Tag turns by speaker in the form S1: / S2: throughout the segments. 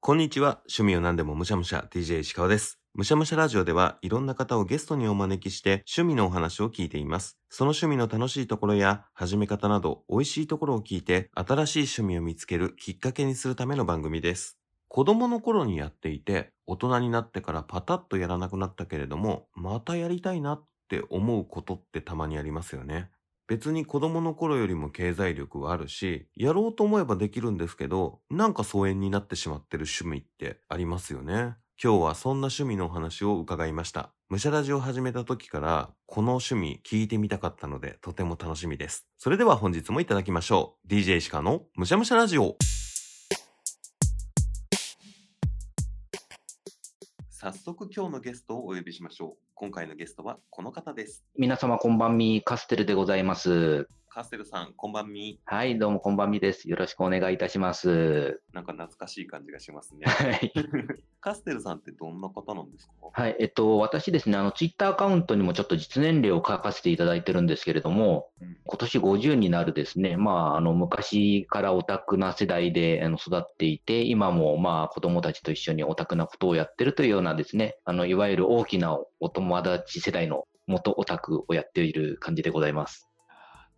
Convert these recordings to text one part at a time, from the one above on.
S1: こんにちは。趣味を何でもむしゃむしゃ、TJ 石川です。むしゃむしゃラジオでは、いろんな方をゲストにお招きして、趣味のお話を聞いています。その趣味の楽しいところや、始め方など、美味しいところを聞いて、新しい趣味を見つけるきっかけにするための番組です。子供の頃にやっていて、大人になってからパタッとやらなくなったけれども、またやりたいなって思うことってたまにありますよね。別に子供の頃よりも経済力はあるし、やろうと思えばできるんですけど、なんか疎遠になってしまってる趣味ってありますよね。今日はそんな趣味のお話を伺いました。むしゃラジを始めた時から、この趣味聞いてみたかったので、とても楽しみです。それでは本日もいただきましょう。DJ 石川のむしゃむしゃラジオ。早速今日のゲストをお呼びしましょう。今回のゲストはこの方です。
S2: 皆様こんばんみ、カステルでございます。
S1: カステルさん、こんばんみ。
S2: はい、どうもこんばんみです。よろしくお願いいたします。
S1: なんか懐かしい感じがしますね。
S2: はい。
S1: カステルさんってどんな方なんですか
S2: はい、えっと、私ですね、あの、ツイッターアカウントにもちょっと実年齢を書かせていただいてるんですけれども、
S1: うん
S2: 今年50になるですね、まあ、あの、昔からオタクな世代であの育っていて、今もまあ、子供たちと一緒にオタクなことをやってるというようなですね、あの、いわゆる大きなお友達世代の元オタクをやっている感じでございます。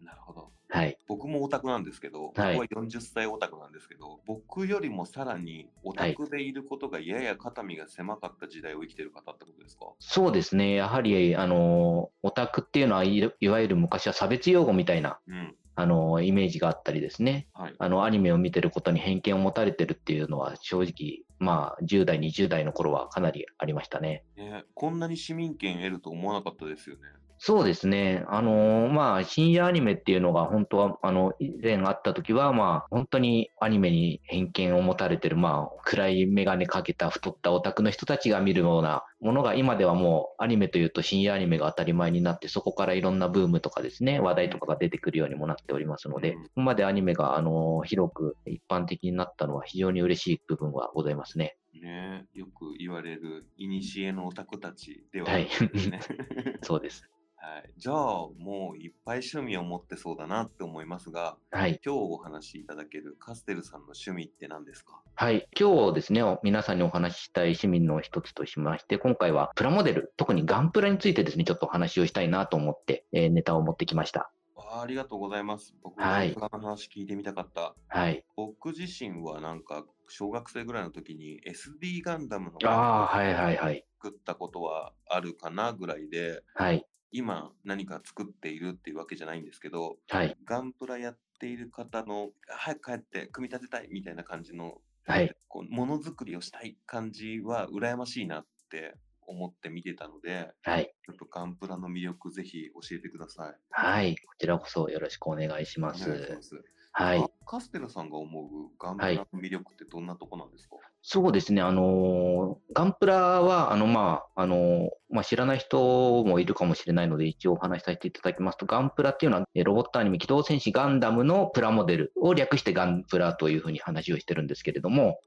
S1: なるほど。
S2: はい。
S1: 僕もオタクなんですけど、僕は
S2: はい
S1: 40歳オタクなんですけど、僕よりもさらにオタクでいることがやや肩身が狭かった時代を生きてる方ってことですか、
S2: そうですね、やはりあのオタクっていうのはいわ、いわゆる昔は差別用語みたいな
S1: うん。
S2: あのイメージがあったりですね
S1: はい。
S2: あの、アニメを見てることに偏見を持たれてるっていうのは、正直、まあ、10代、20代の頃はかなりありましたね。
S1: ね、こんなに市民権得ると思わなかったですよね。
S2: そうですね。あのまあ、深夜アニメっていうのが本当は、あの、以前あった時は、まあ、本当にアニメに偏見を持たれてる、まあ、暗い眼鏡かけた太ったオタクの人たちが見るようなものが、今ではもうアニメというと深夜アニメが当たり前になって、そこからいろんなブームとかですね、話題とかが出てくるようにもなっておりますので、
S1: う
S2: こ
S1: ん
S2: こまでアニメが、あの広く一般的になったのは非常に嬉しい部分はございますね。
S1: ねよく言われる、いにしえのオタクたちでは
S2: はい
S1: ですね。
S2: そうです。
S1: はい、じゃあ、もういっぱい趣味を持ってそうだなって思いますが、
S2: はい。
S1: 今日お話しいただけるカステルさんの趣味って何ですか
S2: はい。今日ですね、お皆さんにお話ししたい市民の一つとしまして、今回はプラモデル、特にガンプラについてですね、ちょっとお話をしたいなと思って、えーネタを持ってきました。
S1: あーありがとうございます。僕も
S2: はい
S1: 大人の話聞いてみたかった。
S2: はい。
S1: 僕自身はなんか小学生ぐらいの時に SD ガンダムの
S2: ああ、はいはいはい。
S1: 作ったことはあるかなぐらいで、
S2: はい。
S1: 今何か作っているっていうわけじゃないんですけど、
S2: はい。
S1: ガンプラやっている方の早く帰って組み立てたいみたいな感じの
S2: はい。
S1: こうものづくりをしたい感じは羨ましいなって思って見てたので、
S2: はい。
S1: ちょっとガンプラの魅力ぜひ教えてください。
S2: はい。こちらこそよろしくお願いし
S1: お
S2: ま
S1: 願いし
S2: す
S1: ま。す。
S2: はい
S1: あ。カステラさんが思うガンプラの魅力ってどんなとこなんですか、
S2: そうですね、あのーガンプラは、あの、まあ、あのーまあ、知らない人もいるかもしれないので、一応お話しさせていただきますと、ガンプラっていうのは、えロボットアニメ、機動戦士ガンダムのプラモデルを略してガンプラというふうに話をしてるんですけれども、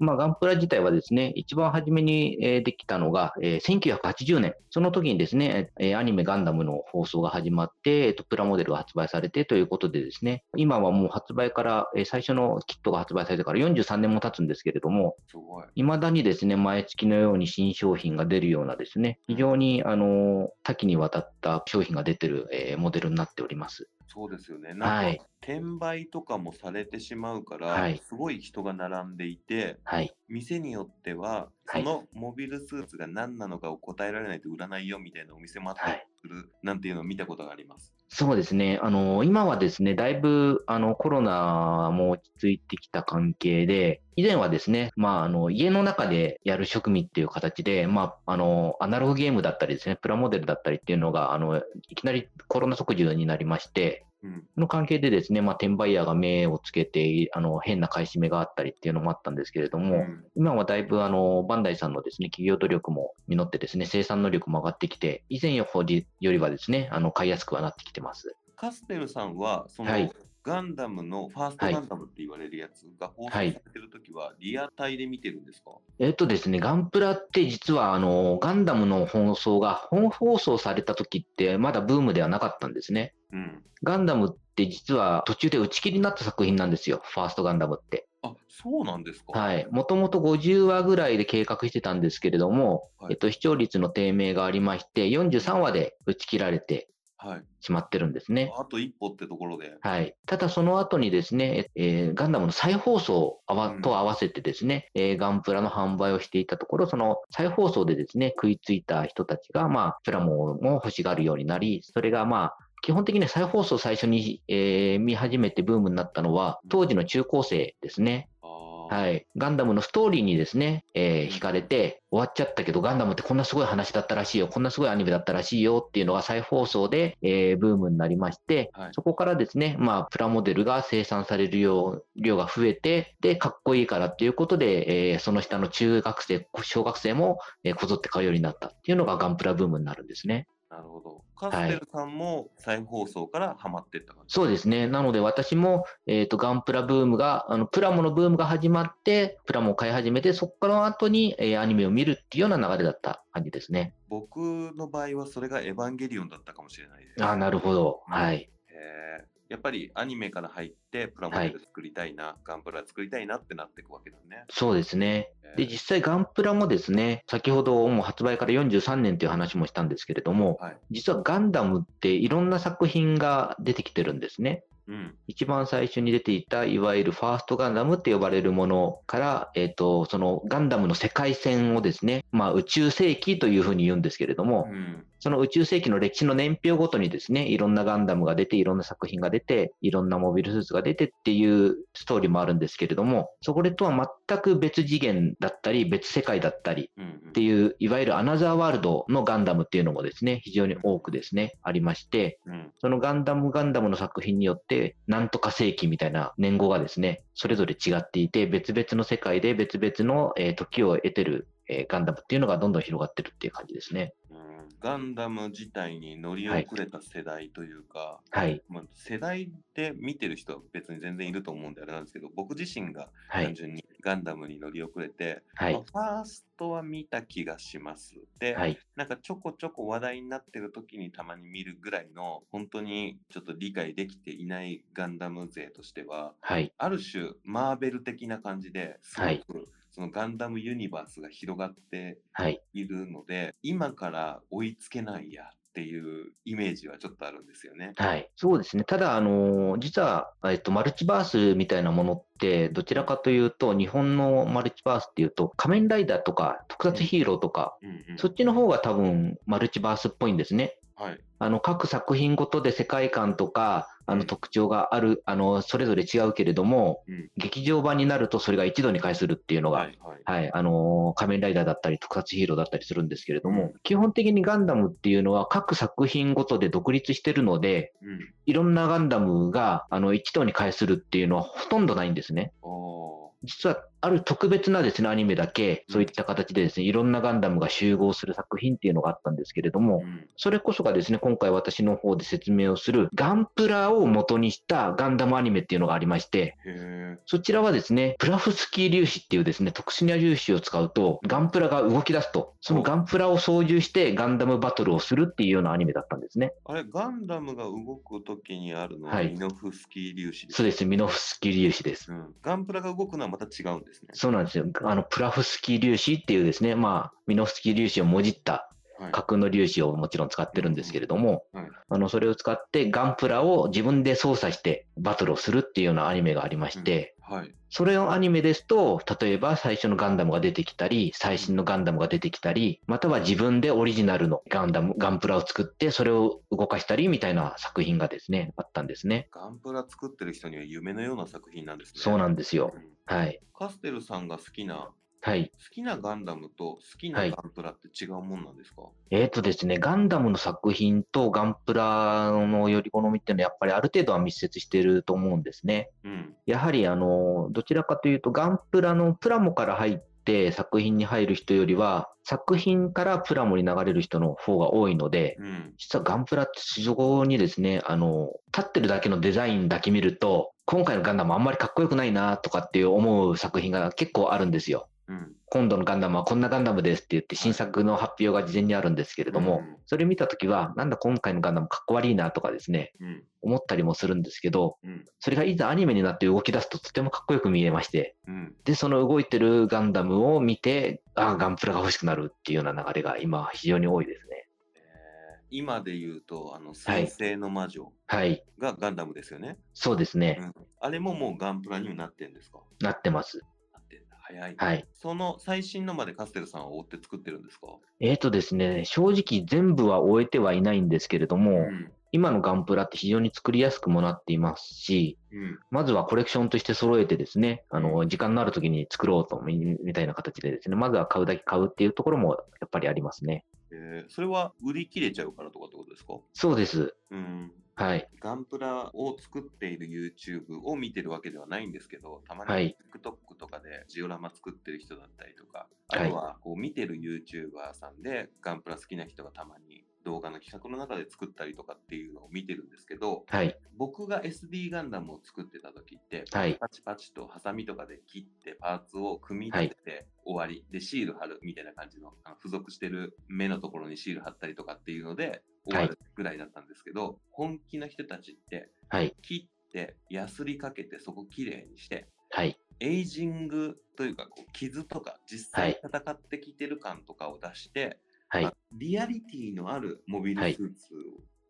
S1: うん
S2: まあ、ガンプラ自体はですね、一番初めに、えーできたのが、えー1980年、その時にですね、えーアニメガンダムの放送が始まって、えーと、プラモデルが発売されてということでですね、今はもう発売から、えー最初のキットが発売されてから43年も経つんですけれども、
S1: すごい。
S2: 未だにですね、毎月のように新商品が出るようなですね、非常に、あの、多岐にわたった商品が出てる、えーモデルになっております。
S1: そうですよね。
S2: は
S1: なん
S2: い
S1: か、転売とかもされてしまうから、
S2: はい
S1: すごい人が並んでいて、
S2: はい。
S1: 店によっては、
S2: は
S1: そ
S2: い
S1: のモビルスーツが何なのかを答えられないと売らないよみたいなお店もあったりする、なんていうのを見たことがあります。
S2: そうですね、あの、今はですね、だいぶ、あの、コロナも落ち着いてきた関係で、以前はですね、まあ、あの、家の中でやる職味っていう形で、まあ、あの、アナログゲームだったりですね、プラモデルだったりっていうのが、あの、いきなりコロナ即時になりまして、
S1: うん。
S2: の関係でですね、まあ、転売ヤーが目をつけて、あの、変な買い占めがあったりっていうのもあったんですけれども、
S1: うん
S2: 今はだいぶ、あの、バンダイさんのですね、企業努力も実ってですね、生産能力も上がってきて、以前よりよりはですね、あの、買いやすくはなってきてます。
S1: カステルさんは、その、
S2: はい
S1: ガンダムのファーストガンダムって言われるやつが放送されてるときはリアタイで見てるんですか、
S2: えっとですね、ガンプラって実はあの、ガンダムの放送が本放送された時ってまだブームではなかったんですね。
S1: うん。
S2: ガンダムって実は途中で打ち切りになった作品なんですよ、ファーストガンダムって。
S1: あ、そうなんですか
S2: はい。もともと50話ぐらいで計画してたんですけれども、
S1: はい
S2: えっと、視聴率の低迷がありまして、43話で打ち切られて
S1: はい。
S2: しまってるんですね。
S1: あと一歩ってところで。
S2: はい。ただその後にですね、えーガンダムの再放送あわ
S1: うん
S2: と合わせてですね、えーガンプラの販売をしていたところ、その再放送でですね、食いついた人たちが、まあ、プラモを欲しがるようになり、それがまあ、基本的に再放送最初に、えー見始めてブームになったのは、当時の中高生ですね。
S1: あー
S2: はい。ガンダムのストーリーにですね、えー惹かれて、終わっちゃったけど、ガンダムってこんなすごい話だったらしいよ、こんなすごいアニメだったらしいよっていうのが再放送で、えーブームになりまして、
S1: はい
S2: そこからですね、まあ、プラモデルが生産される量量が増えて、で、かっこいいからっていうことで、えーその下の中学生、小学生も、えーこぞって買うようになったっていうのがガンプラブームになるんですね。
S1: なるほど。カステルさんも再放送からハマってった感じ。
S2: そうですね。なので私も、えっ、と、ガンプラブームが、あの、プラモのブームが始まって、プラモを買い始めて、そこからの後に、えーアニメを見るっていうような流れだった感じですね。
S1: 僕の場合はそれがエヴァンゲリオンだったかもしれないです。
S2: ああ、なるほど。
S1: うん
S2: はい。
S1: へーやっぱりアニメから入ってプラモデル作りたいな、ガンプラ作りたいなってなっていくわけだね。
S2: そうですね。
S1: へー
S2: で、実際ガンプラもですね、先ほどもう発売から43年という話もしたんですけれども、
S1: はい
S2: 実はガンダムっていろんな作品が出てきてるんですね。
S1: うん、
S2: 一番最初に出ていた、いわゆるファーストガンダムって呼ばれるものから、えっ、と、そのガンダムの世界線をですね、まあ宇宙世紀というふうに言うんですけれども、
S1: うん、
S2: その宇宙世紀の歴史の年表ごとにですね、いろんなガンダムが出て、いろんな作品が出て、いろんなモビルスーツが出てっていうストーリーもあるんですけれども、そこでとは全く別次元だったり、別世界だったり、
S1: うん、
S2: っていう、いわゆるアナザーワールドのガンダムっていうのもですね、非常に多くですね、ありまして、
S1: うん、
S2: そのガンダムガンダムの作品によって、なんとか世紀みたいな年号がですね、それぞれ違っていて、別々の世界で別々の、えー時を得てる、えーガンダムっていうのがどんどん広がってるっていう感じですね。
S1: うん。ガンダム自体に乗り遅れた世代というか、
S2: はい。
S1: まあ、世代で見てる人は別に全然いると思うんであれなんですけど、僕自身が
S2: は
S1: 単
S2: い。
S1: 純にガンダムに乗り遅れて、
S2: はい。
S1: まあファーストは見た気がします。で、
S2: はい。
S1: なんかちょこちょこ話題になってる時にたまに見るぐらいの、本当にちょっと理解できていないガンダム勢としては、
S2: はい。
S1: ある種マーベル的な感じです
S2: はい
S1: ごくそのガンダムユニバースが広がって
S2: はい。
S1: いるので、今から追いつけないやっていうイメージはちょっとあるんですよね。
S2: はい。そうですね。ただ、あのー実は、えっと、マルチバースみたいなものって、どちらかというと、日本のマルチバースっていうと、仮面ライダーとか、特撮ヒーローとか、
S1: うんうん
S2: そっちの方が多分、マルチバースっぽいんですね。
S1: はい、
S2: あの各作品ごとで世界観とかあ
S1: う
S2: の
S1: ん
S2: 特徴がある、あのそれぞれ違うけれども、
S1: うん
S2: 劇場版になるとそれが一度に返するっていうのが、
S1: は
S2: はい
S1: い、はい。
S2: あのー仮面ライダーだったり特撮ヒーローだったりするんですけれども、
S1: うん
S2: 基本的にガンダムっていうのは各作品ごとで独立してるので
S1: うん、
S2: いろんなガンダムがあの一度に返するっていうのはほとんどないんですね。
S1: おー
S2: 実はある特別なですね、アニメだけ、そういった形でですね、いろんなガンダムが集合する作品っていうのがあったんですけれども、
S1: うん
S2: それこそがですね、今回私の方で説明をするガンプラを元にしたガンダムアニメっていうのがありまして、
S1: へえ、
S2: そちらはですね、プラフスキー粒子っていうですね、特殊な粒子を使うと、ガンプラが動き出すと、そのガンプラを操縦してガンダムバトルをするっていうようなアニメだったんですね。
S1: あれ、ガンダムが動くときにあるのは
S2: はい
S1: ミノフスキー粒子です、
S2: そうです、ミノフスキー粒子です。
S1: うん。ガンプラが動くのはまた違うんですね。
S2: そうなんですよ。あの、プラフスキー粒子っていうですね、まあ、ミノフスキー粒子をもじった
S1: はい、
S2: 架空の粒子をもちろん使ってるんですけれども、
S1: うんうんはい
S2: あのそれを使ってガンプラを自分で操作してバトルをするっていうようなアニメがありまして、
S1: はい、
S2: それのアニメですと、例えば最初のガンダムが出てきたり、最新のガンダムが出てきたり、または自分でオリジナルのガンダム、ガンプラを作ってそれを動かしたりみたいな作品がですね、あったんですね。
S1: ガンプラ作ってる人には夢のような作品なんですね。
S2: そうなんですよ。
S1: うん
S2: はい。
S1: カステルさんが好きな
S2: はい。
S1: 好きなガンダムと好きな
S2: は
S1: ガ
S2: い
S1: ンプラって違うもんなんですか、
S2: えっ、とですね、ガンダムの作品とガンプラのより好みっていうのはやっぱりある程度は密接してると思うんですね。
S1: うん。
S2: やはりあの、どちらかというと、ガンプラのプラモから入っって作品に入る人よりは、作品からプラモに流れる人の方が多いので、
S1: うん。
S2: 実はガンプラって非常にですね、あの、立ってるだけのデザインだけ見ると、今回のガンダムあんまりかっこよくないなとかっていう思う作品が結構あるんですよ。
S1: うん。
S2: 今度のガンダムはこんなガンダムですって言って新作の発表が事前にあるんですけれども、それ見たときは、なんだ今回のガンダムかっこ悪いなとかですね、
S1: うん。うん。
S2: 思ったりもするんですけど、
S1: うん。
S2: それがいざアニメになって動き出すととてもかっこよく見えまして、
S1: うん。
S2: で、その動いてるガンダムを見て、ああ、ガンプラが欲しくなるっていうような流れが今非常に多いですね。
S1: えー今で言うと、あの、再生の魔女
S2: はい。
S1: がガンダムですよね。
S2: そうですね。
S1: うんあれももうガンプラにもなってんですか
S2: なってます。
S1: なってんだ。早い。
S2: はい。
S1: その最新のまでカステルさんは追って作ってるんですか
S2: えーとですね、正直全部は終えてはいないんですけれども、
S1: ん。
S2: 今のガンプラって非常に作りやすくもなっていますし、
S1: うん。
S2: まずはコレクションとして揃えてですね、あの、時間のある時に作ろうと、みみたいな形でですね、まずは買うだけ買うっていうところもやっぱりありますね。
S1: えーそれは売り切れちゃうからとかってことですか
S2: そうです。
S1: うん。
S2: はい。
S1: ガンプラを作っている YouTube を見てるわけではないんですけど、たま
S2: は
S1: に
S2: い
S1: TikTok とかでジオラマ作ってる人だったりとか、あとはこう見てる YouTuber さんでガンプラ好きな人がたまに動画の企画の中で作ったりとかっていうのを見てるんですけど、
S2: はい。
S1: 僕が SD ガンダムを作ってた時って、
S2: はい。
S1: パチパチとハサミとかで切ってパーツを組み立てて終わり、でシール貼るみたいな感じのあの付属してる目のところにシール貼ったりとかっていうので終わるぐらいだったんですけど、本気の人たちって
S2: はい。
S1: 切ってヤスリかけてそこきれいにして
S2: はい。
S1: エイジングというかこう傷とか実際に戦ってきてる感とかを出して、
S2: はい
S1: あ。リアリティのあるモビルスーツ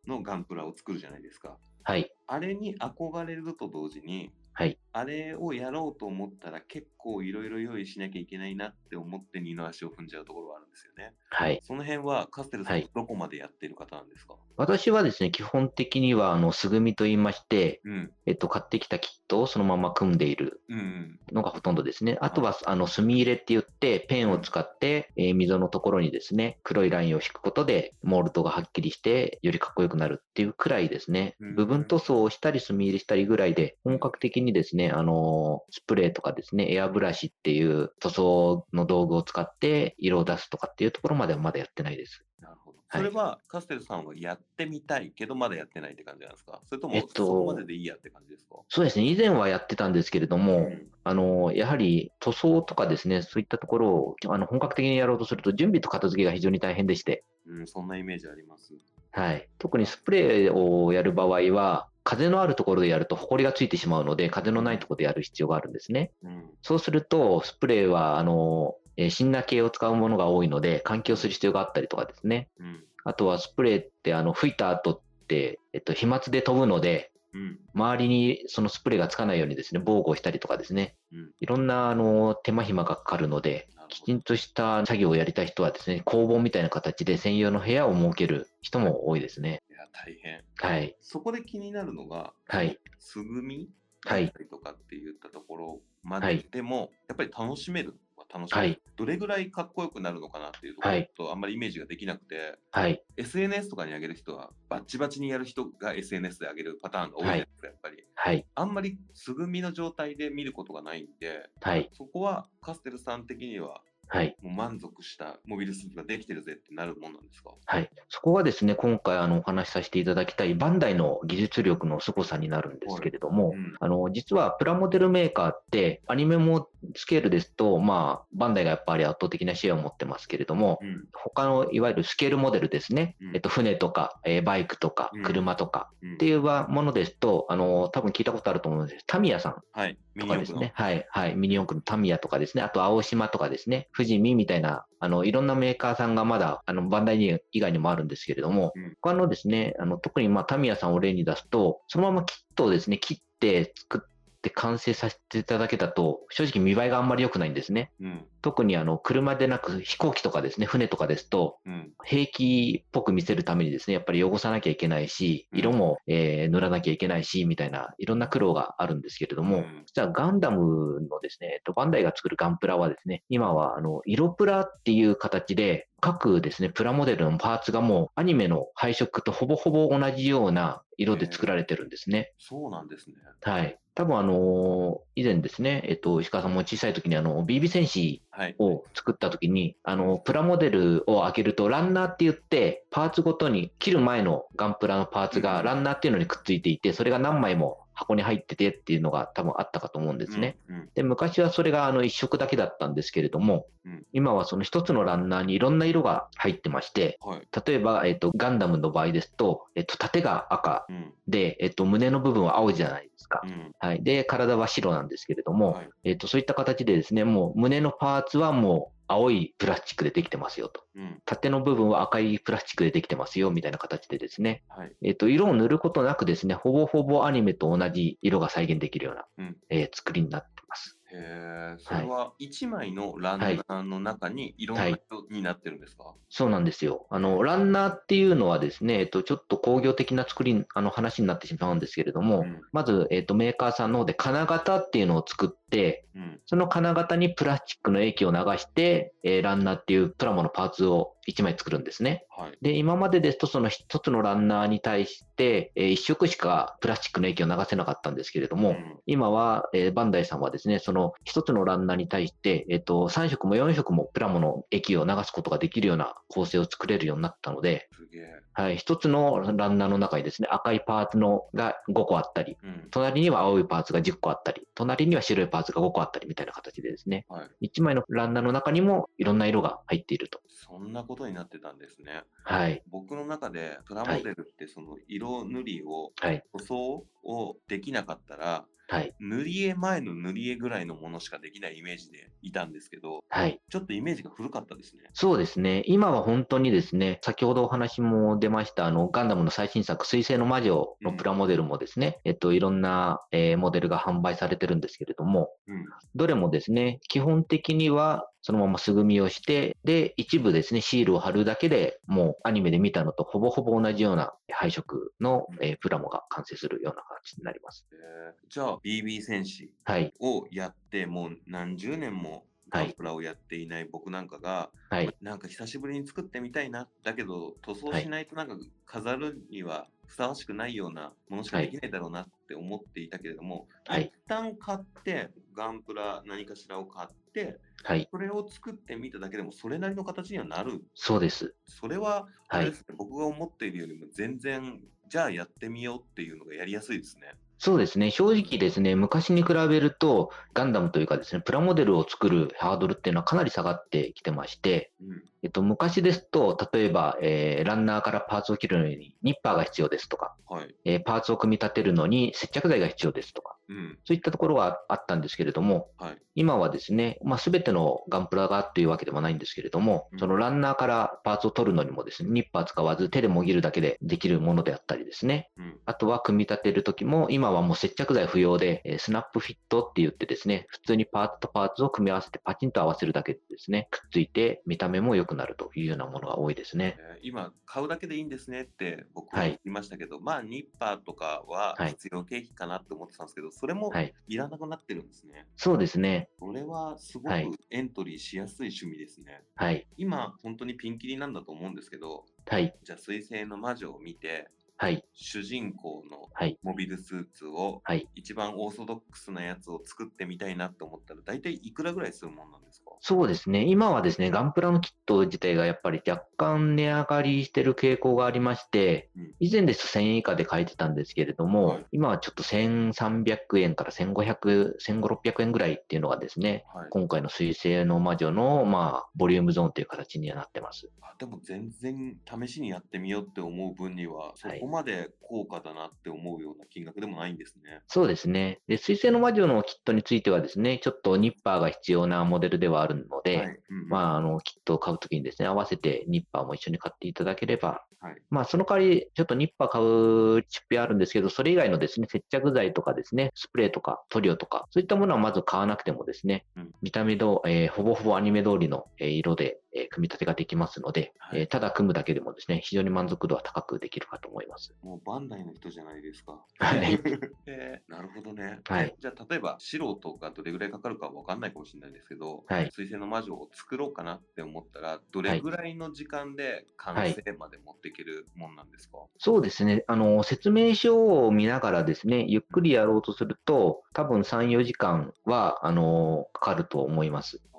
S1: のガンプラを作るじゃないですか。
S2: はい。
S1: あれに憧れると同時に、
S2: はい
S1: あれをやろうと思ったら結構いろいろ用意しなきゃいけないなって思って二の足を踏んじゃうところはあるんですよね。
S2: はい。
S1: その辺はカステルさ
S2: は
S1: ん
S2: い
S1: どこまでやってる方なんですか、
S2: 私はですね、基本的には、あの、素組みと言いまして、
S1: うん。
S2: えっと、買ってきたキットをそのまま組んでいる
S1: うんうん。
S2: のがほとんどですね。あとは、あの、墨入れって言って、ペンを使って、えー溝のところにですね、黒いラインを引くことで、モールドがはっきりして、よりかっこよくなるっていうくらいですね
S1: うん。
S2: 部分塗装をしたり、墨入れしたりぐらいで、本格的にですね、あのースプレーとかですね、エアブラシっていう塗装の道具を使って、色を出すとかっていうところまではまだやってないです。
S1: なるほど。そ
S2: はい
S1: れはカステルさんはやってみたいけどまだやってないって感じなんですかそれとも
S2: えっと
S1: そこまででいいやって感じですか、
S2: そうですね、以前はやってたんですけれども、
S1: うん
S2: あの、やはり塗装とかですね、そういったところをあの本格的にやろうとすると、準備と片付けが非常に大変でして、
S1: うん、そんなイメージあります。
S2: はい。特にスプレーをやる場合は、風のあるところでやると、埃がついてしまうので、風のないところでやる必要があるんですね。
S1: うん。
S2: そうすると、スプレーは、あの、えーシンナー系を使うものが多いので、換気をする必要があったりとかですね。
S1: うん。
S2: あとはスプレーって、あの、吹いた後って、えっと、飛沫で飛ぶので、
S1: うん。
S2: 周りにそのスプレーがつかないようにですね、防護をしたりとかですね、
S1: うん
S2: いろんなあの手間暇がかかるので、
S1: なるほど
S2: きちんとした作業をやりたい人はですね、工房みたいな形で専用の部屋を設ける人も多いですね。
S1: いや、大変。
S2: はい。
S1: そこで気になるのが、
S2: はい。
S1: 素組みだっ
S2: はい
S1: たりとかって言ったところま
S2: は
S1: で
S2: い
S1: でも、やっぱり楽しめるは楽しめる、
S2: はい
S1: どれぐらいかっこよくなるのかなっていうとこ
S2: は
S1: ろ
S2: い
S1: とあんまりイメージができなくて、
S2: はい。
S1: SNS とかに上げる人はバッチバチにやる人が SNS で上げるパターンが多いじゃないですか、やっぱり
S2: はい。
S1: あんまり素組みの状態で見ることがないんで
S2: はい。
S1: そこはカステルさん的には
S2: はい。
S1: もう満足したモビルスーツができてるぜってなるもんなんですか
S2: はい。そこはですね、今回あのお話しさせていただきたいバンダイの技術力の凄さになるんですけれども、
S1: うん
S2: あの、実はプラモデルメーカーって、アニメもスケールですと、まあ、バンダイがやっぱり圧倒的なシェアを持ってますけれども、
S1: うん
S2: 他のいわゆるスケールモデルですね、
S1: うん
S2: えっと、船とか、えーバイクとか
S1: うん、
S2: 車とか
S1: うん
S2: っていうはものですと、あのー多分聞いたことあると思うんですタミヤさん
S1: はいミニオ
S2: とか
S1: ン
S2: で
S1: ク
S2: す
S1: の
S2: ね、はい、はい、ミニ四駆のタミヤとかですね、あと青島とかですね、富士見みたいな、あの、いろんなメーカーさんがまだ、あの、バンダイ以外にもあるんですけれども、
S1: うん
S2: 他のですね、あの、特にまあ、タミヤさんを例に出すと、そのままキットをですね、切って作って完成させていただけだと、正直見栄えがあんまり良くないんですね。
S1: うん
S2: 特にあの、車でなく飛行機とかですね、船とかですと、
S1: うん
S2: 兵器っぽく見せるためにですね、やっぱり汚さなきゃいけないし、
S1: うん
S2: 色も、えー塗らなきゃいけないし、みたいな、いろんな苦労があるんですけれど
S1: う
S2: も、
S1: ん
S2: 実はガンダムのですね、えっとバンダイが作るガンプラはですね、今はあの色プラっていう形で各ですね、プラモデルのパーツがもうアニメの配色とほぼほぼ同じような色で作られてるんですね。
S1: そうなんですね。
S2: はい。多分あのー以前ですね、えっと、石川さんも小さい時にあの、BB 戦士
S1: はい。
S2: を作った時に、あの、プラモデルを開けると、ランナーって言って、パーツごとに、切る前のガンプラのパーツ
S1: う
S2: が
S1: ん
S2: ランナーっていうのにくっついていて、それが何枚も箱に入っててっていうのが多分あったかと思うんですね。
S1: うん。うん
S2: で、昔はそれがあの一色だけだったんですけれども、
S1: うん
S2: 今はその一つのランナーにいろんな色が入ってまして、
S1: はい。
S2: 例えば、えっと、ガンダムの場合ですと、えっと、縦が赤
S1: うん。
S2: で、えっと、胸の部分は青じゃないですか。
S1: うん。
S2: はい。で、体は白なんですけれども、
S1: はい
S2: えっと、そういった形でですね、もう胸のパーツはもう青いプラスチックでできてますよと。
S1: うん。
S2: 縦の部分は赤いプラスチックでできてますよ、みたいな形でですね。
S1: はい。
S2: えっと、色を塗ることなくですね、ほぼほぼアニメと同じ色が再現できるような、
S1: うん
S2: えー作りになってます。
S1: へえ、それは一枚のランナーの中にいろんな
S2: はい
S1: 色になってるんですか、
S2: そうなんですよ。あの、ランナーっていうのはですね、えっと、ちょっと工業的な作り、あの話になってしまうんですけれども、
S1: うん。
S2: まず、えっと、メーカーさんの方で金型っていうのを作って、
S1: うん。
S2: その金型にプラスチックの液を流して、えーランナーっていうプラモのパーツを1枚作るんですね。
S1: はい。
S2: で、今までですとその1つのランナーに対して、え1色しかプラスチックの液を流せなかったんですけれども、
S1: うん
S2: 今は、えーバンダイさんはですね、その1つのランナーに対して、えっ、と、3色も4色もプラモの液を流すことができるような構成を作れるようになったので、
S1: すげえ。
S2: はい、1つのランナーの中にですね、赤いパーツのが5個あったり、
S1: うん。
S2: 隣には青いパーツが10個あったり、隣には白いパーツが5個あったりみたいな形でですね、
S1: はい。
S2: 1枚のランナーの中にもいろんな色が入っていると。
S1: そんなことになってたんですね。
S2: はい。
S1: 僕の中でプラモデルってその色塗りを、
S2: はい。
S1: 塗装をできなかったら、
S2: はい。
S1: 塗り絵前の塗り絵ぐらいのものしかできないイメージでいたんですけど、
S2: はい。
S1: ちょっとイメージが古かったですね。
S2: そうですね。今は本当にですね、先ほどお話も出ました、あの、ガンダムの最新作、水星の魔女のプラモデルもですね、えっと、いろんな、えーモデルが販売されてるんですけれども、
S1: うん。
S2: どれもですね、基本的にはそのまま素組みをして、で、一部ですね、シールを貼るだけでもうアニメで見たのとほぼほぼ同じような配色の、
S1: うん
S2: えープラモが完成するような形になります。
S1: えーじゃあ BB 戦士
S2: はい、
S1: をやってもう何十年もガ
S2: はい
S1: ンプラをやっていない僕なんかが、
S2: はい、
S1: なんか久しぶりに作ってみたいなだけど塗装
S2: はい
S1: しないとなんか飾るにはふさわしくないようなものしか
S2: はい
S1: できないだろうなって思っていたけれども、
S2: はい
S1: 一旦買ってガンプラ何かしらを買って
S2: はい、
S1: それを作ってみただけでもそれなりの形にはなる
S2: そうです。
S1: それはあ
S2: はい
S1: れですね、僕が思っているよりも全然じゃあやってみようっていうのがやりやすいですね。
S2: そうですね。正直ですね、昔に比べると、ガンダムというかですね、プラモデルを作るハードルっていうのはかなり下がってきてまして、
S1: うん
S2: えっと、昔ですと、例えば、えーランナーからパーツを切るのにニッパーが必要ですとか、
S1: はい
S2: えーパーツを組み立てるのに接着剤が必要ですとか、
S1: うん
S2: そういったところはあったんですけれども、
S1: はい
S2: 今はですね、まあ、全てのガンプラがというわけでもないんですけれども
S1: うん、
S2: そのランナーからパーツを取るのにもですね、ニッパー使わず手でもぎるだけでできるものであったりですね、
S1: うん
S2: あとは組み立てるときも、今はもう接着剤不要で、えースナップフィットって言ってですね、普通にパーツとパーツを組み合わせてパチンと合わせるだけでですね、くっついて見た目も良くなるというようなものが多いですね。
S1: えー今買うだけでいいんですねって僕は
S2: はい
S1: 言いましたけど、まあニッパーとかは
S2: はい
S1: 必要経費かなって思ってたんですけど、それも
S2: はい。
S1: いらなくなってるんですね。
S2: そうですね。
S1: それはすごく
S2: はい
S1: エントリーしやすい趣味ですね。
S2: はい。
S1: 今本当にピンキリなんだと思うんですけど、
S2: はい。
S1: じゃあ水星の魔女を見て
S2: はい。
S1: 主人公の
S2: はい
S1: モビルスーツを
S2: はい
S1: 一番オーソドックスなやつを作ってみたいなって思ったら大体いくらぐらいするもんなんですか
S2: そうですね。今はですね、ガンプラのキット自体がやっぱり若干値上がりしてる傾向がありまして
S1: うん、
S2: 以前ですと1000円以下で買えてたんですけれども、
S1: はい
S2: 今はちょっと1300円から1500、1500、600円ぐらいっていうのがですね、
S1: はい、
S2: 今回の水星の魔女の、まあ、ボリュームゾーンという形にはなってます。
S1: あでも全然試しにやってみようって思う分にはそ
S2: はい
S1: こまで高価だなって思うような金額でもないんですね。
S2: そうですね。で、水星の魔女のキットについてはですね、ちょっとニッパーが必要なモデルではあるので、
S1: はいうん
S2: まあ、あの、キットを買うときにですね、合わせてニッパーも一緒に買っていただければ、
S1: はい
S2: まあ、その代わり、ちょっとニッパー買う出費あるんですけど、それ以外のですね、接着剤とかですね、スプレーとか塗料とか、そういったものはまず買わなくてもですね、
S1: うん
S2: 見た目ど、えーほぼほぼアニメ通りの、えー色で、えー組み立てができますので、
S1: はい
S2: えーただ組むだけでもですね、非常に満足度は高くできるかと思います。
S1: もうバンダイの人じゃないですか。
S2: はい。
S1: えーなるほどね。
S2: はい
S1: じゃあ、例えば素人がどれぐらいかかるかわかんないかもしれないですけど、
S2: はい
S1: 水星の魔女を作ろうかなって思ったら、どれぐらいの時間で完成まで持っていけるもんなんですか、
S2: そうですね。あの、説明書を見ながらですね、ゆっくりやろうとすると、多分3、4時間は、あの、かかると思います。
S1: あー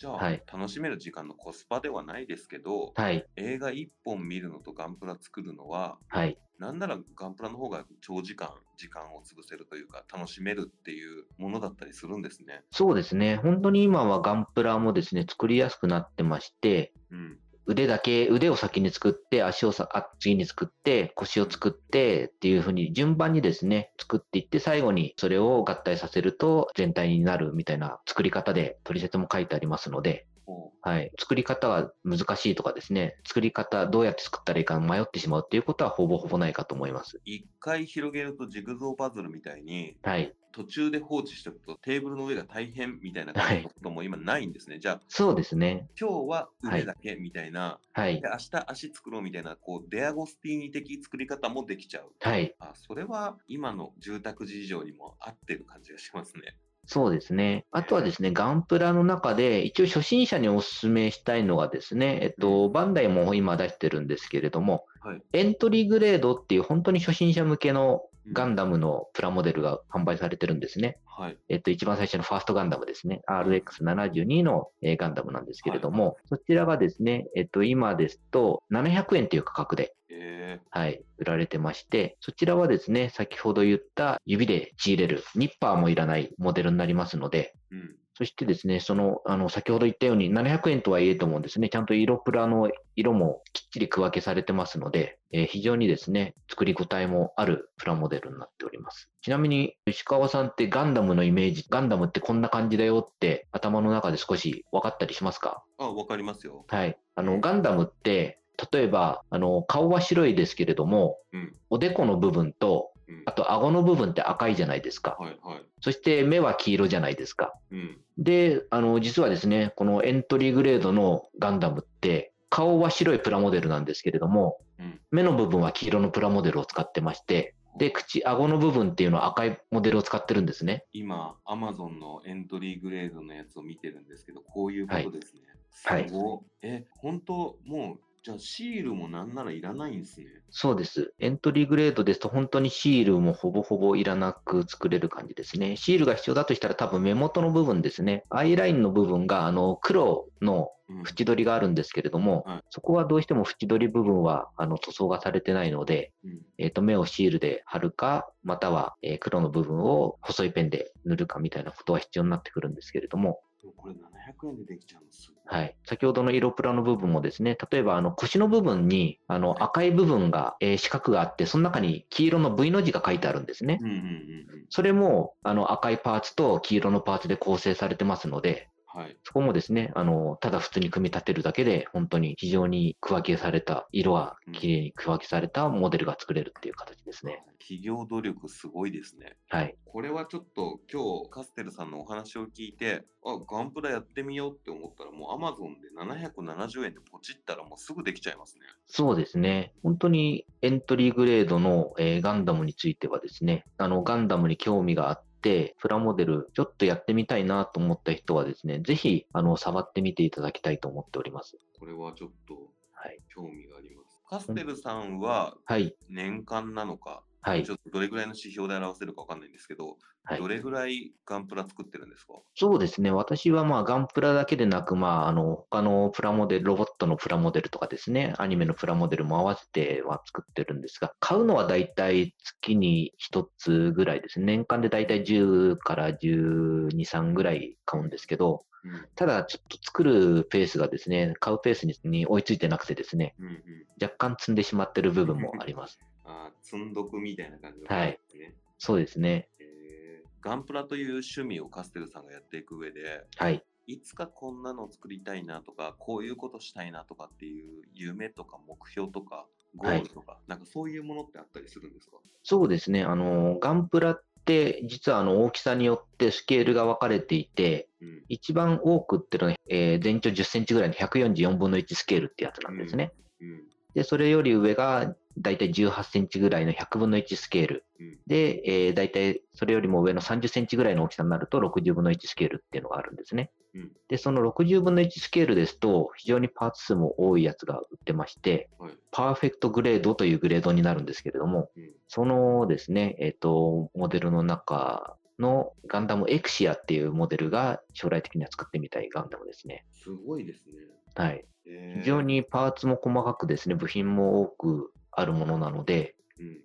S1: じゃあ、
S2: はい
S1: 楽しめる時間のコスパではないですけど、
S2: はい。
S1: 映画1本見るのとガンプラ作るのは、
S2: はい。
S1: なんならガンプラの方が長時間、時間を潰せるというか、楽しめるっていうものだったりするんですね。
S2: そうですね。本当に今はガンプラもですね、作りやすくなってまして、
S1: うん。
S2: 腕だけ、腕を先に作って、足をさあ次に作って、腰を作ってっていうふうに順番にですね、作っていって、最後にそれを合体させると全体になるみたいな作り方で、取説も書いてありますので、
S1: お
S2: はい。作り方は難しいとかですね、作り方、どうやって作ったらいいか迷ってしまうっていうことはほぼほぼないかと思います。
S1: 一回広げるとジグゾーパズルみたいに、
S2: はい。
S1: 途中で放置しておくとテーブルの上が大変みたいな感じのことも今ないんですね。じゃあ
S2: そうですね。
S1: 今日は
S2: は
S1: 腕
S2: い
S1: だけみたいな、
S2: はい
S1: で。明日足作ろうみたいなこうデアゴスティーニ的作り方もできちゃう。
S2: はい。
S1: あそれは今の住宅事情にも合ってる感じがしますね。
S2: そうですね。あとはですね、ガンプラの中で、一応初心者にお勧めしたいのがですね、えっと、バンダイも今出してるんですけれども、
S1: はい
S2: エントリーグレードっていう本当に初心者向けの
S1: うん
S2: ガンダムのプラモデルが販売されてるんですね。
S1: はい。
S2: えっと、一番最初のファーストガンダムですね。RX72 の、えーガンダムなんですけれども、そちらがですね、えっと、今ですと700円という価格で、
S1: え
S2: はい、売られてまして、そちらはですね、先ほど言った指でちぎれる、ニッパーもいらないモデルになりますので、
S1: ー、うん。
S2: そしてですね、その、あの、先ほど言ったように700円とはいえと思うんですね。ちゃんと色プラの色もきっちり区分けされてますので、えー非常にですね、作り応えもあるプラモデルになっております。ちなみに、石川さんってガンダムのイメージ、ガンダムってこんな感じだよって頭の中で少し分かったりしますか
S1: あ、わかりますよ。
S2: はい。あの、ガンダムって、例えば、あの、顔は白いですけれども、
S1: うん。
S2: おでこの部分と、
S1: うん
S2: あ、と顎の部分って赤いじゃないですか。
S1: はいはい。
S2: そして目は黄色じゃないですか。
S1: うん。
S2: で、あの、実はですね、このエントリーグレードのガンダムって、顔は白いプラモデルなんですけれども、
S1: うん
S2: 目の部分は黄色のプラモデルを使ってまして、で、口、顎の部分っていうのは赤いモデルを使ってるんですね。
S1: 今、アマゾンのエントリーグレードのやつを見てるんですけど、こういうことですね。
S2: はい
S1: すごっえ、本当もう、じゃあシールもなんならいらないんですね。
S2: そうです。エントリーグレードですと本当にシールもほぼほぼいらなく作れる感じですね。シールが必要だとしたら多分目元の部分ですね。アイラインの部分があの黒の
S1: うん
S2: 縁取りがあるんですけれども、
S1: はい
S2: そこはどうしても縁取り部分はあの塗装がされてないので、
S1: うん
S2: えっと目をシールで貼るか、または、えー黒の部分を細いペンで塗るかみたいなことは必要になってくるんですけれども、
S1: でもこれ700円でできちゃうんです。
S2: はい、先ほどの色プラの部分もですね、例えばあの腰の部分にあの赤い部分が、えー四角があって、その中に黄色の V の字が書いてあるんですね。
S1: うんうんうんうん。
S2: それもあの赤いパーツと黄色のパーツで構成されてますので、
S1: はい。
S2: そこもですね、あの、ただ普通に組み立てるだけで、本当に非常に区分けされた、色が綺麗に区分けされたモデルが作れるっていう形ですね。
S1: 企業努力すごいですね。
S2: はい。
S1: これはちょっと今日カステルさんのお話を聞いて、あ、ガンプラやってみようって思ったら、もう Amazon で770円でポチったらもうすぐできちゃいますね。
S2: そうですね。本当にエントリーグレードの、えーガンダムについてはですね、あの、ガンダムに興味があって、プラモデル、ちょっとやってみたいなと思った人はですね、ぜひ、あの、触ってみていただきたいと思っております。
S1: これはちょっと
S2: はい。
S1: 興味があります。カステルさんは
S2: はい。
S1: 年間なのか、
S2: はい
S1: ちょ。っとどれぐらいの指標で表せるかわかんないんですけど、
S2: はい
S1: どれぐらいガンプラ作ってるんですか
S2: そうですね。私はまあガンプラだけでなく、まああの他のプラモデル、ロボットのプラモデルとかですね、アニメのプラモデルも合わせては作ってるんですが、買うのはだいたい月に1つぐらいですね。年間でだいたい10から12、3ぐらい買うんですけど、
S1: うん
S2: ただちょっと作るペースがですね、買うペースにに追いついてなくてですね、
S1: うんうん。
S2: 若干積んでしまってる部分もあります。
S1: あー、積んどくみたいな感じの
S2: はい
S1: 感じですね。
S2: そうですね。
S1: えーガンプラという趣味をカステルさんがやっていく上で、
S2: はい。
S1: いつかこんなのを作りたいなとか、こういうことしたいなとかっていう夢とか目標とか、ゴールとか、なんかそういうものってあったりするんですか
S2: そうですね。あの、ガンプラっって、実はあの大きさによってスケールが分かれていて、
S1: うん
S2: 一番多くっていうのは、えー全長10センチぐらいの144分の1スケールってやつなんですね。
S1: うん
S2: で、それより上がだいたい18センチぐらいの100分の1スケール。
S1: うん
S2: で、えー、だいたいそれよりも上の30センチぐらいの大きさになると60分の1スケールっていうのがあるんですね。
S1: うん
S2: で、その60分の1スケールですと、非常にパーツ数も多いやつが売ってまして、
S1: はい
S2: パーフェクトグレードというグレードになるんですけれども、
S1: うん
S2: そのですね、えっ、と、モデルの中のガンダムエクシアっていうモデルが将来的には作ってみたいガンダムですね。
S1: すごいですね。
S2: はい。
S1: えー
S2: 非常、にパーツも細かくですね、部品も多くあるものなので、
S1: うん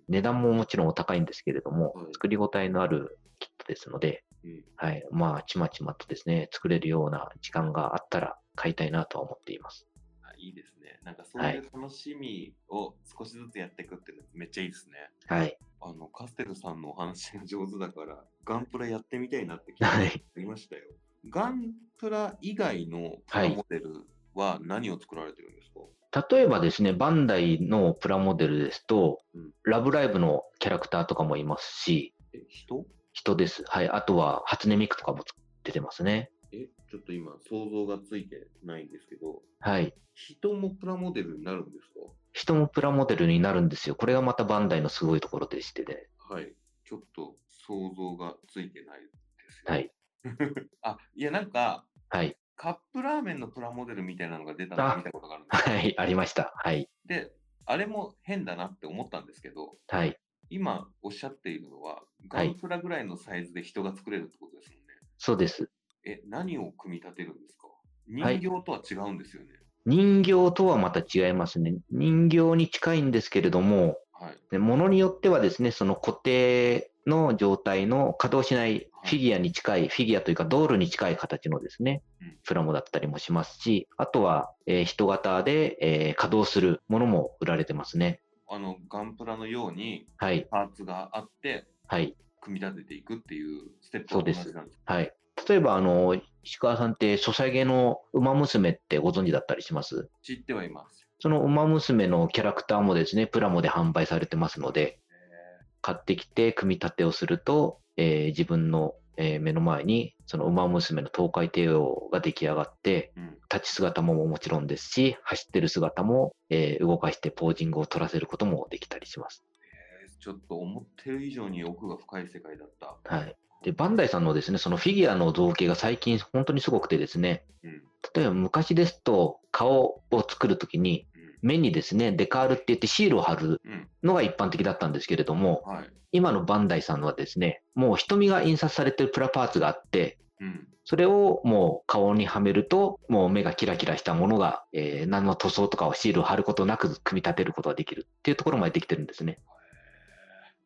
S2: 値段ももちろんお高いんですけれども、
S1: はい
S2: 作りごたえのあるキットですので、
S1: うん
S2: はい、まあ、ちまちまとですね、作れるような時間があったら買いたいなとは思っています。
S1: あいいですね。なんかそういう楽しみを少しずつやっていくっていうのめっちゃいいですね。
S2: はい。
S1: あの、カステルさんのお話が上手だから、ガンプラやってみたいなって気が
S2: はい。
S1: ありましたよ。ガンプラ以外のプ
S2: は
S1: ラ
S2: い
S1: モデルは何を作られてるんですか、
S2: 例えばですね、バンダイのプラモデルですと、
S1: うん
S2: ラブライブのキャラクターとかもいますし、
S1: え、人
S2: 人です。はい。あとは、初音ミクとかも出てますね。
S1: え、ちょっと今想像がついてないんですけど、
S2: はい。
S1: 人もプラモデルになるんです
S2: 人もプラモデルになるんですよ。これがまたバンダイのすごいところでしてね。
S1: かはい。ちょっと想像がついてないですよ。
S2: はい。
S1: あ、いやなんか、
S2: はい。
S1: カップラーメンのプラモデルみたいなのが出たのを
S2: あ
S1: 見たことがあるんですよ
S2: はい。ありました。はい。
S1: で、あれも変だなって思ったんですけど、
S2: はい。
S1: 今おっしゃっているのは、ガ
S2: はい
S1: ンプラぐらいのサイズで人が作れるってことですもんね。
S2: そうです。
S1: え、何を組み立てるんですか
S2: はい
S1: 人形とは違うんですよね。
S2: 人形とはまた違いますね。人形に近いんですけれども、
S1: はい。
S2: で物によってはですね、その固定の状態の稼働しない
S1: はい
S2: フィギュアに近い、フィギュアというか道路に近い形のですね
S1: うん、
S2: プラモだったりもしますし、あとは、えー人型で、えー稼働するものも売られてますね。
S1: あの、ガンプラのように
S2: はい、
S1: パーツがあって、
S2: はい、
S1: 組み立てていくっていうステップと同じなんですか
S2: はい。例えば、あの、石川さんって、ソシャゲの馬娘ってご存知だったりします
S1: 知ってはいます。
S2: その馬娘のキャラクターもですね、プラモで販売されてますので、買ってきて組み立てをすると、えー自分の、えー目の前にその馬娘の東海帝王が出来上がって
S1: うん。
S2: 立ち姿ももちろんですし走ってる姿も、えー動かしてポージングを取らせることもできたりします。
S1: えーちょっと思ってる以上に奥が深い世界だった。
S2: はい、でバンダイさんのですねそのフィギュアの造形が最近本当にすごくてですね
S1: うん。うん。
S2: 例えば昔ですと顔を作るときに目にですねデカールって言ってシールを貼る
S1: うん。
S2: のが一般的だったんですけれども
S1: はい。
S2: 今のバンダイさんはですねもう瞳が印刷されてるプラパーツがあって
S1: うん。
S2: それをもう顔にはめると、もう目がキラキラしたものが、えー何の塗装とかをシールを貼ることなく組み立てることができるっていうところまでできてるんですね。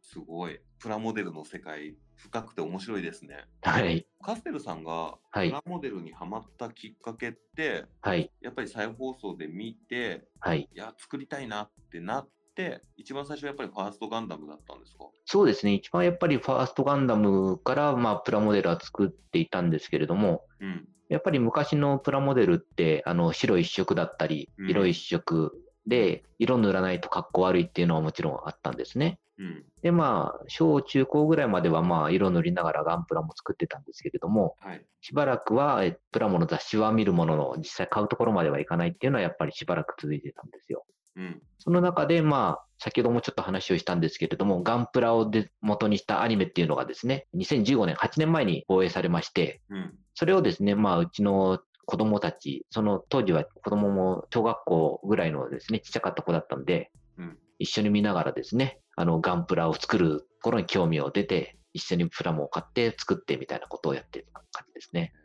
S1: すごい。プラモデルの世界、深くて面白いですね。
S2: はい。
S1: カステルさんが
S2: は
S1: プ
S2: い。
S1: ラモデルにハマったきっかけって、
S2: はい。
S1: やっぱり再放送で見て、
S2: はい。
S1: いや、作りたいなってなって、一番最初はやっぱりファーストガンダムだったんですか
S2: そうですね。一番やっぱりファーストガンダムから、まあ、プラモデルは作っていたんですけれども、
S1: うん。
S2: やっぱり昔のプラモデルって、あの、白一色だったり
S1: う、ん
S2: 色一色で、色塗らないと格好悪いっていうのはもちろんあったんですね。
S1: うん。
S2: で、まあ、小中高ぐらいまでは、まあ、色塗りながらガンプラも作ってたんですけれども、
S1: はい。
S2: しばらくは、えプラモの雑誌は見るものの、実際買うところまではいかないっていうのはやっぱりしばらく続いてたんですよ。
S1: うん。
S2: その中で、まあ、先ほどもちょっと話をしたんですけれども、ガンプラをで元にしたアニメっていうのがですね、2015年、8年前に放映されまして、
S1: うん。
S2: それをですね、まあ、うちの子供たち、その当時は子供も小学校ぐらいのですね、ちっちゃかった子だったんで、
S1: うん
S2: 一緒に見ながらですね、あの、ガンプラを作る頃に興味を出て、一緒にプラモを買って作ってみたいなことをやってた感じですね。
S1: えー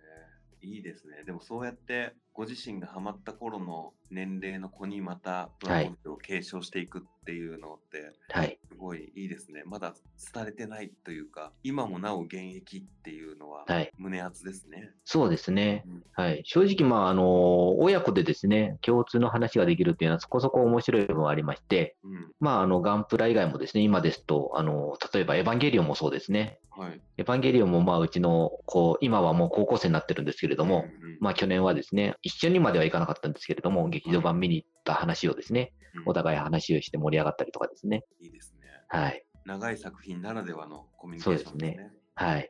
S1: いいですね。でもそうやって、ご自身がハマった頃の年齢の子にまたプラモデルを継承していくっていうのって、
S2: はい。
S1: すごいいいですね。まだ廃れてないというか、今もなお現役っていうのは
S2: はい
S1: 胸熱ですね。
S2: そうですね
S1: うん。
S2: はい。正直、まあ、あの、親子でですね、共通の話ができるっていうのはそこそこ面白い部分はありまして、
S1: うん。
S2: まあ、あの、ガンプラ以外もですね、今ですと、あの、例えばエヴァンゲリオンもそうですね。
S1: はい。
S2: エヴァンゲリオンも、まあ、うちの子、今はもう高校生になってるんですけれども、
S1: うんうん
S2: まあ、去年はですね、一緒にまではいかなかったんですけれども、劇場版見に行った話をですね、
S1: うん
S2: お互い話をして盛り上がったりとかですね。
S1: いいですね。
S2: はい。
S1: 長い作品ならではのコミュニケーションですね。
S2: はい。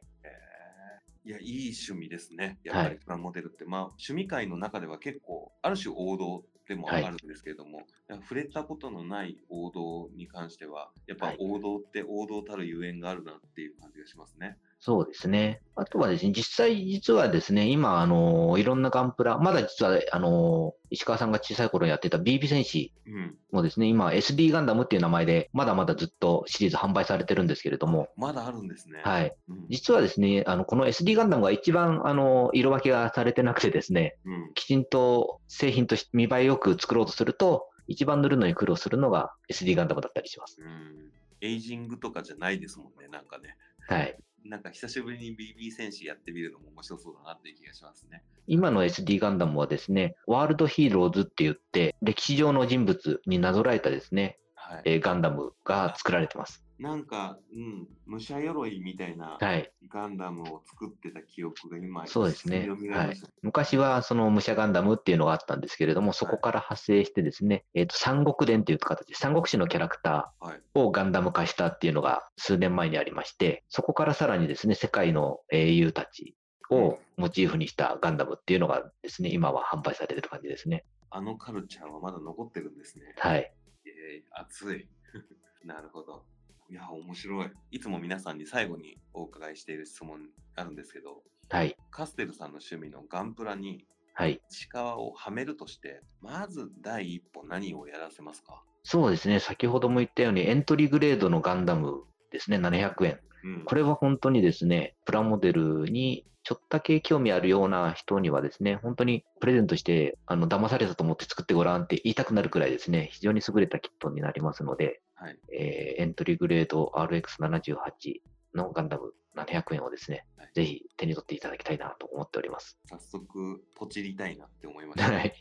S1: いや、いい趣味ですね。やっぱ
S2: は
S1: り
S2: い
S1: プラモデルって、まあ、趣味界の中では結構、ある種王道でもあ
S2: はい
S1: るんですけれども、いや触れたことのない王道に関しては、やっぱ
S2: はい
S1: 王道って王道たるゆえんがあるなっていう感じがしますね。
S2: そうですね。あとはですね、実際、実はですね、今、あの、いろんなガンプラ、まだ実は、あの、石川さんが小さい頃やってた BB 戦士
S1: うん。
S2: もですね、今、SD ガンダムっていう名前で、まだまだずっとシリーズ販売されてるんですけれども、
S1: まだあるんですね。
S2: はい。
S1: うん。
S2: 実はですね、あの、この SD ガンダムが一番、あの、色分けがされてなくてですね、
S1: うん。
S2: きちんと製品として見栄えよく作ろうとすると、一番塗るのに苦労するのが SD ガンダムだったりします。
S1: うん。エイジングとかじゃないですもんね、なんかね。
S2: はい。
S1: なんか久しぶりに BB 戦士やってみるのも面白そうだなっていう気がしますね。
S2: 今の SD ガンダムはですね、ワールドヒーローズって言って、歴史上の人物になぞらえたですね、
S1: はい。
S2: えーガンダムが作られてます。
S1: なんか、うん、武者鎧みたいな
S2: はい。
S1: ガンダムを作ってた記憶が今、
S2: そうですね
S1: 蘇りました
S2: 昔はその武者ガンダムっていうのがあったんですけれども、そこから派生してですね、えっ、と、三国伝という形で、三国志のキャラクタ
S1: はい
S2: ーをガンダム化したっていうのが数年前にありまして、そこからさらにですね、世界の英雄たちをモチーフにしたガンダムっていうのがですね、今は販売されてる感じですね。
S1: あのカルチャーはまだ残ってるんですね。
S2: はい。
S1: えー、熱い。 なるほど。いや、面白い。いつも皆さんに最後にお伺いしている質問あるんですけど、
S2: はい。
S1: カステルさんの趣味のガンプラに
S2: はい。
S1: 鹿をはめるとして、まず第一歩何をやらせますか
S2: そうですね、先ほども言ったようにエントリーグレードのガンダムですね、700円。
S1: うん。
S2: これは本当にですね、プラモデルにちょっとだけ興味あるような人にはですね、本当にプレゼントして、あの、騙されたと思って作ってごらんって言いたくなるくらいですね、非常に優れたキットになりますので、
S1: はい
S2: えーエントリーグレード RX78 のガンダム700円をですね、
S1: はい
S2: ぜひ手に取っていただきたいなと思っており ます。
S1: 早速、ポチりたいなって思いました。
S2: はい。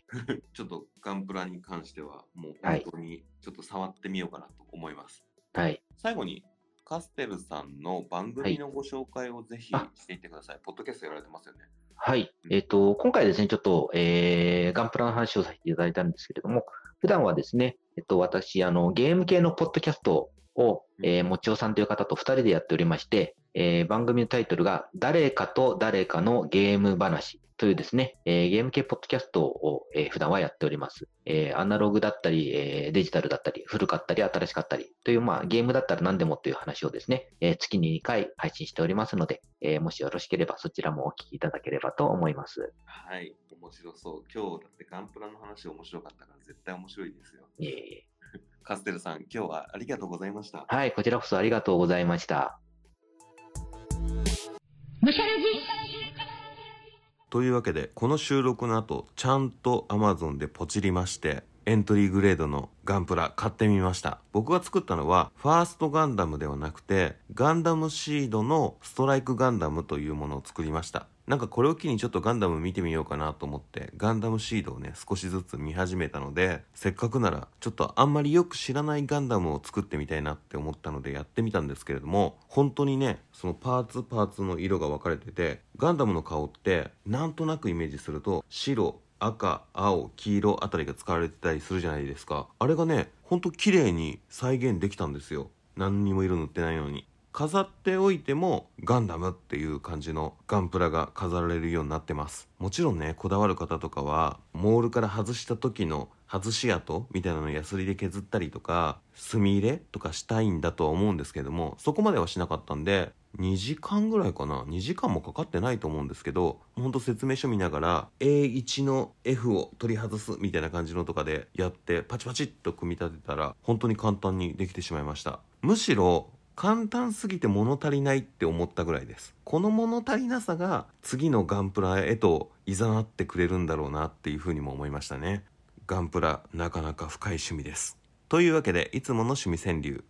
S1: ちょっとガンプラに関しては、もう
S2: は
S1: 本
S2: い
S1: 当にちょっと触ってみようかなと思います。
S2: はい。
S1: 最後に、カステルさんの番組のご紹介をぜひ
S2: はい
S1: していってください。ポッドキャストやられてますよね。
S2: はい
S1: うん。
S2: えっ、と、今回ですね、ちょっと、えー、ガンプラの話をさせていただいたんですけれども、普段はですね、えっ、と、私、あの、ゲーム系のポッドキャストを、えー、もちおさんという方と二人でやっておりまして、えー、番組のタイトルが、誰かと誰かのゲーム話というですね、えー、ゲーム系ポッドキャストを、えー、普段はやっております。えー、アナログだったり、えー、デジタルだったり、古かったり、新しかったりという、まあ、ゲームだったら何でもという話をですね、えー、月に2回配信しておりますので、えーもしよろしければそちらもお聞きいただければと思います。
S1: はい、面白そう。今日だってガンプラの話面白かったから絶対面白いですよ。
S2: いえいえ
S1: カステルさん、今日はありがとうございました。
S2: はい、こちらこそありがとうございました。
S3: むしゃらじ
S1: というわけでこの収録の後ちゃんと Amazon でポチりましてエントリーグレードのガンプラ買ってみました僕が作ったのはファーストガンダムではなくてガンダムシードのストライクガンダムというものを作りましたなんかこれを機にちょっとガンダム見てみようかなと思ってガンダムシードをね少しずつ見始めたのでせっかくならちょっとあんまりよく知らないガンダムを作ってみたいなって思ったのでやってみたんですけれども本当にねそのパーツパーツの色が分かれててガンダムの顔ってなんとなくイメージすると白赤青黄色あたりが使われてたりするじゃないですかあれがねほんと綺麗に再現できたんですよ何にも色塗ってないのに飾っておいてもガンダムっていう感じのガンプラが飾られるようになってますもちろんねこだわる方とかはモールから外した時の外し跡みたいなのをヤスリで削ったりとか墨入れとかしたいんだとは思うんですけどもそこまではしなかったんで2時間ぐらいかな2時間もかかってないと思うんですけどほんと説明書見ながら A1 の F を取り外すみたいな感じのとかでやってパチパチっと組み立てたら本当に簡単にできてしまいましたむしろ簡単すぎて物足りないって思ったぐらいですこの物足りなさが次のガンプラへと誘ってくれるんだろうなっていうふうにも思いましたねガンプラなかなか深い趣味ですというわけでいつもの趣味川柳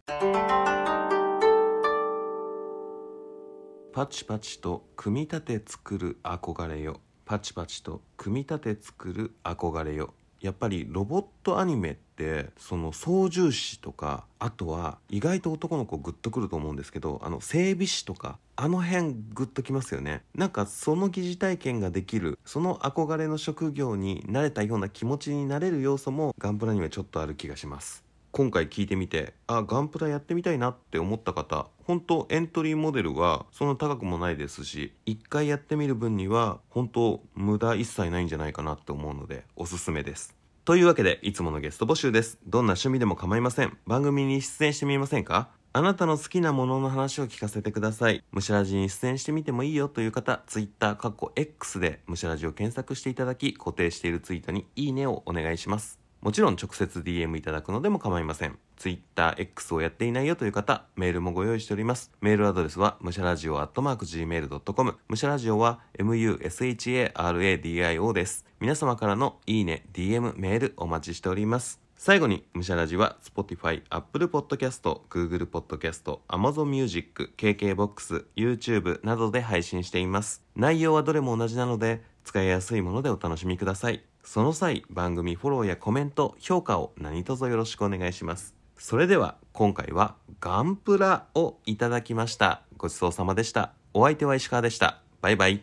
S1: パチパチと組み立て作る憧れよパチパチと組み立て作る憧れよやっぱりロボットアニメってその操縦士とかあとは意外と男の子グッとくると思うんですけどあの整備士とかあの辺グッときますよねなんかその疑似体験ができるその憧れの職業になれたような気持ちになれる要素もガンプラにはちょっとある気がします今回聞いてみてあガンプラやってみたいなって思った方本当エントリーモデルはそんな高くもないですし一回やってみる分には本当無駄一切ないんじゃないかなって思うのでおすすめですというわけでいつものゲスト募集ですどんな趣味でも構いません番組に出演してみませんかあなたの好きなものの話を聞かせてください。むしらじに出演してみてもいいよという方、Twitter、かっこ X でむしらじを検索していただき、固定しているツイートにいいねをお願いします。もちろん直接 DM いただくのでも構いません。Twitter、X をやっていないよという方、メールもご用意しております。メールアドレスは、むしゃらじお .gmail.com。むしゃらじおは、musharadio です。皆様からのいいね、DM、メールお待ちしております。最後に、むしゃらじは Spotify、Apple Podcast、Google Podcast、Amazon Music、KKBOX、YouTube などで配信しています。内容はどれも同じなので、使いやすいものでお楽しみください。その際、番組フォローやコメント、評価を何卒よろしくお願いします。それでは、今回はガンプラをいただきました。ごちそうさまでした。お相手は石川でした。バイバイ。